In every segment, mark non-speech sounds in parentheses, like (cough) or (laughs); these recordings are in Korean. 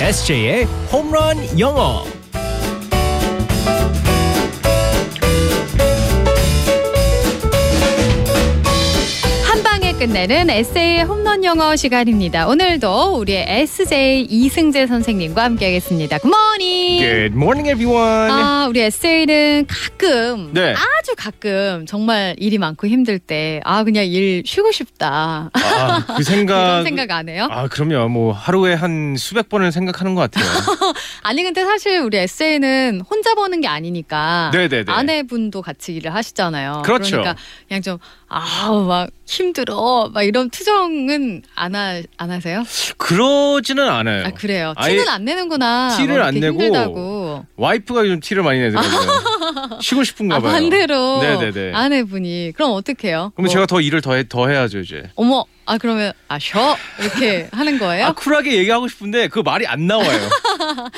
SJ의 홈런 영어. 한 방에 끝내는 에세이 홈런 영어 시간입니다. 오늘도 우리의 SJ 이승재 선생님과 함께하겠습니다. 굿모닝. Good morning, everyone. 아, 우리 에세이는 가끔 네. 아주 가끔 정말 일이 많고 힘들 때 아 그냥 일 쉬고 싶다 아, 그 이런 생각. 생각 안 해요? 아, 그럼요. 뭐 하루에 한 수백 번을 생각하는 것 (laughs) 같아요. 아니 근데 사실 우리 에세이는 혼자 버는 게 아니니까 네네네. 아내분도 같이 일을 하시잖아요. 그렇죠. 러니까 그냥 좀 아우 막 힘들어 막 이런 투정은 안, 하, 안 하세요? 그러지는 않아요. 아 그래요. 네. 아예 티는 안 내는구나. 티를 뭐 안 이렇게 내고 힘들다고. 와이프가 좀 티를 많이 (laughs) 내더라고요. 쉬고 싶은가 아 봐요. 반대로 네네네. 아내분이 그럼 어떡해요? 그럼 뭐, 제가 더 일을 더, 해, 더 해야죠, 이제. 어머 아 그러면 아셔 이렇게 하는 거예요? 아, 쿨하게 얘기하고 싶은데 그 말이 안 (laughs) 나와요.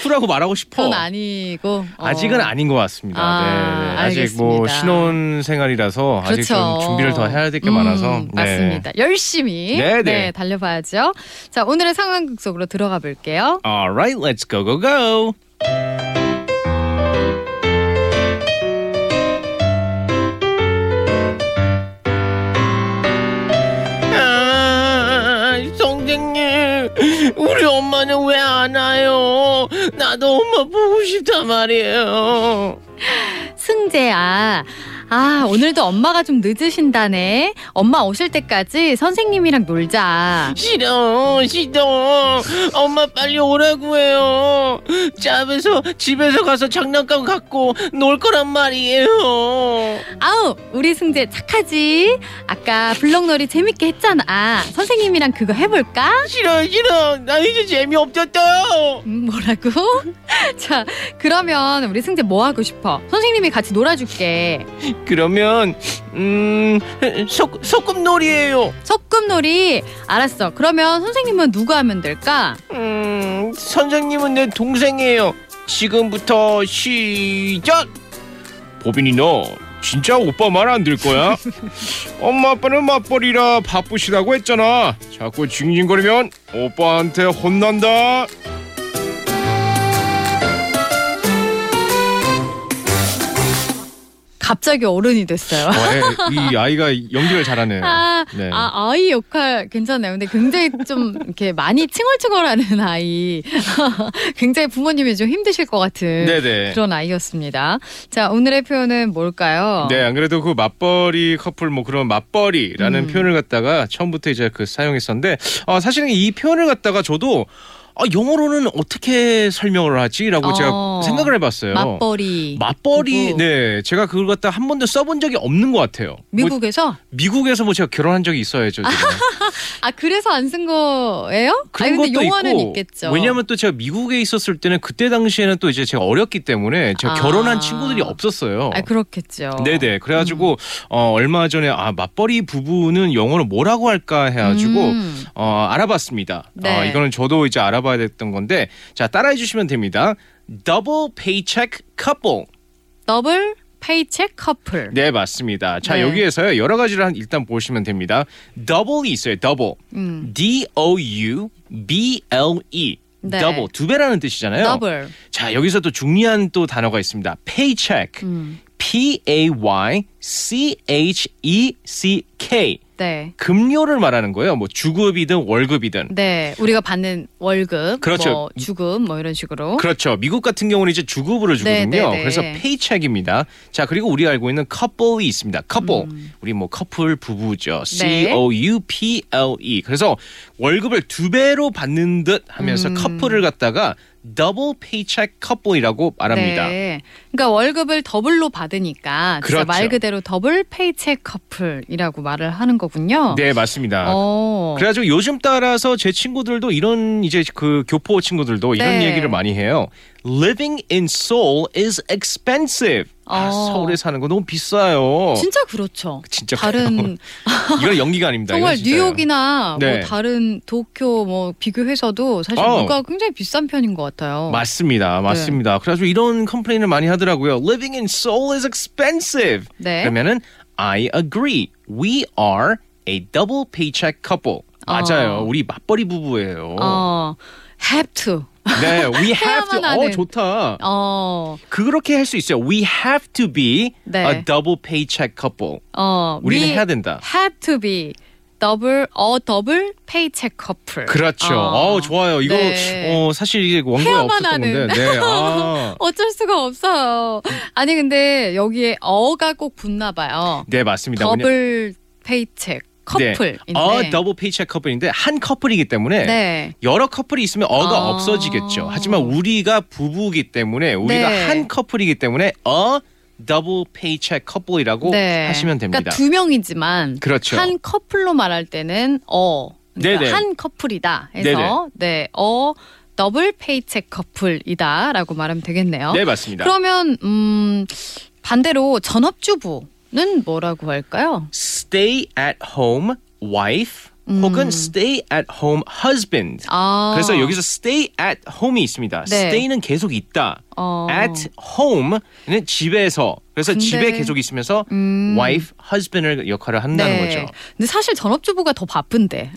쿨하고 말하고 싶어. 그건 아니고 어. 아직은 아닌 것 같습니다. 아, 네, 네. 아직 뭐 알겠습니다. 신혼 생활이라서 아직 좀 그렇죠. 준비를 더 해야 될 게 음, 많아서 네. 맞습니다. 열심히 네네. 네, 달려봐야죠. 자 오늘의 상황극 속으로 들어가 볼게요. Alright, let's go go go. 아, 선생님, 우리 엄마는 왜 안 와요? 나도 엄마 보고 싶단 말이에요. 승재야. 아, 오늘도 엄마가 좀 늦으신다네. 엄마 오실 때까지 선생님이랑 놀자. 싫어, 싫어. 엄마 빨리 오라고 해요. 집에서, 집에서 가서 장난감 갖고 놀 거란 말이에요. 아우, 우리 승재 착하지? 아까 블록놀이 재밌게 했잖아. 선생님이랑 그거 해볼까? 싫어, 싫어. 나 이제 재미없었어요. 음, 뭐라고? (laughs) 자, 그러면 우리 승재 뭐 하고 싶어? 선생님이 같이 놀아줄게. 그러면, 음, 소, 소꿉놀이에요. 소꿉놀이. 알았어. 그러면 선생님은 누구 하면 될까? 음, 선생님은 내 동생이에요. 지금부터 시작. 보빈이 너 진짜 오빠 말 안 들 거야? 엄마 아빠는 맞벌이라 바쁘시다고 했잖아. 자꾸 징징거리면 오빠한테 혼난다. 갑자기 어른이 됐어요. 예, 이 아이가 연기를 잘하네요. 아, 네. 아, 아이 역할 괜찮아요. 근데 굉장히 좀 이렇게 많이 칭얼칭얼하는 아이. (laughs) 굉장히 부모님이 좀 힘드실 것 같은 네네. 그런 아이였습니다. 자, 오늘의 표현은 뭘까요? 네, 안 그래도 그 맞벌이 커플 뭐 그런 맞벌이라는 음. 표현을 갖다가 처음부터 이제 그 사용했었는데 아, 사실은 이 표현을 갖다가 저도 아, 영어로는 어떻게 설명을 하지라고 어. 제가 생각을 해봤어요. 맞벌이. 맞벌이 그거. 네 제가 그걸 갖다 한 번도 써본 적이 없는 것 같아요. 뭐, 미국에서? 미국에서 뭐 제가 결혼한 적이 있어야죠. 제가. 아, 그래서 안 쓴 거예요? 아니, 근데 용어는 있겠죠. 왜냐하면 또 제가 미국에 있었을 때는 그때 당시에는 또 이제 제가 어렸기 때문에 제가 아. 결혼한 친구들이 없었어요. 아, 그렇겠죠. 네네. 그래가지고 어, 얼마 전에 아 맞벌이 부부는 영어로 뭐라고 할까 해가지고 음. 어, 알아봤습니다. 네. 어, 이거는 저도 이제 알아봐야 됐던 건데 자 따라해 주시면 됩니다. Double paycheck couple. 더블 페이첵 커플. 네 맞습니다. 자 네. 여기에서요 여러 가지를 한, 일단 보시면 됩니다. Double이 있어요. Double. 음. D O U B L E. 네. Double 두 배라는 뜻이잖아요. 더블. 자 여기서 또 중요한 또 단어가 있습니다. Paycheck. 음. P A Y C H E C K. 네. 급료를 말하는 거예요. 뭐 주급이든 월급이든. 네, 우리가 받는 월급, 그렇죠. 뭐 주금, 뭐 이런 식으로. 그렇죠. 미국 같은 경우는 이제 주급으로 주거든요. 네, 네, 네. 그래서 페이첵입니다. 자, 그리고 우리가 알고 있는 커플이 있습니다. 커플. 우리 뭐 커플 부부죠. 음. 네. C O U P L E. 그래서 월급을 두 배로 받는 듯 하면서 음. 커플을 갖다가 더블 페이첵 커플이라고 말합니다. 네. 그러니까 월급을 더블로 받으니까 진짜 그렇죠. 말 그대로 더블 페이첵 커플이라고 말을 하는 거군요. 네, 맞습니다. 어. 그래가지고 요즘 따라서 제 친구들도 이런 이제 그 교포 친구들도 이런 네. 얘기를 많이 해요. Living in Seoul is expensive. 아, 어. 서울에 사는 거 너무 비싸요. 진짜 그렇죠. 진짜 다른 이건 연기가 아닙니다. 정말 이건 진짜예요. 뉴욕이나 네. 뭐 다른 도쿄 뭐 비교해서도 사실 어. 물가가 굉장히 비싼 편인 것 같아요. 맞습니다, 맞습니다. 그래가지고 이런 컴플레인을 많이 하더라고요. Living in Seoul is expensive. 네. 그러면은 I agree. We are a 아. double paycheck couple. 맞아요. 어. 우리 맞벌이 부부예요. 어. have to 네, we have to. (laughs) 해야만 하는. 어, 좋다. 어, 그렇게 할 수 있어요. We have to be 네. a double paycheck couple. 어. 아, 우리는 we 해야 된다. have to be double a double paycheck couple. 그렇죠. 어. 어, 좋아요. 이거 네. 어, 사실 이게 원고에 해야만 없었던 하는. 건데. 네. (laughs) 아. 어쩔 수가 없어요. 아니 근데 여기에 어가 꼭 붙나 봐요. 네, 맞습니다. 왜냐- 더블 페이첵 네. 커플인데. 어, double paycheck couple인데 한 커플이기 때문에 네. 여러 커플이 있으면 어가 아. 없어지겠죠. 하지만 우리가 부부이기 때문에 우리가 네. 한 커플이기 때문에 어 double paycheck couple이라고 네. 하시면 됩니다. 그러니까 두 명이지만 그렇죠. 한 커플로 말할 때는 어. 그러니까 네네. 한 커플이다 해서 네네. 네. 어 더블 페이첵 커플이다라고 말하면 되겠네요. 네, 맞습니다. 그러면 음 반대로 전업주부는 뭐라고 할까요? stay at home wife 혹은 stay at home husband. 음. 아. 그래서 여기서 stay at home이 있습니다. 네. stay는 계속 있다. 어. at home는 집에서. 그래서 근데- 집에 계속 있으면서 음. wife, husband을 역할을 한다는 (laughs) 거죠. 네. 근데 사실 전업주부가 더 바쁜데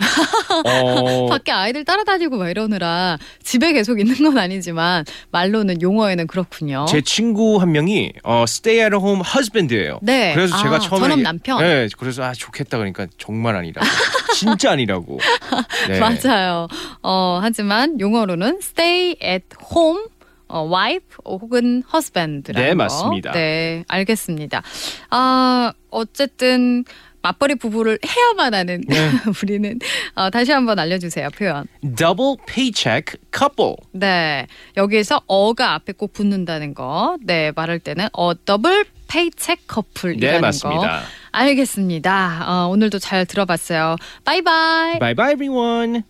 어, (laughs) 밖에 아이들 따라다니고 막 이러느라 집에 계속 있는 건 아니지만 말로는 용어에는 그렇군요. 제 친구 한 명이 어, stay at home husband예요. 네. 그래서 아, 제가 처음에 전업 남편. 네, 그래서 아 좋겠다 그러니까 정말 (laughs) 아니라고. 진짜 아니라고. 네. 맞아요. 어, 하지만 용어로는 stay at home. 어, wife 혹은 husband라는 네, 거. 맞습니다. 네, 알겠습니다. 아, 어쨌든 맞벌이 부부를 해야만 하는 네. (laughs) 우리는 어, 다시 한번 알려주세요 표현. double paycheck couple. 네, 여기에서 어가 앞에 꼭 붙는다는 거. 네, 말할 때는 어 더블 페이첵 커플이라는 네, 거. 맞습니다. 알겠습니다. 어, 오늘도 잘 들어봤어요. 바이바이. Bye bye everyone.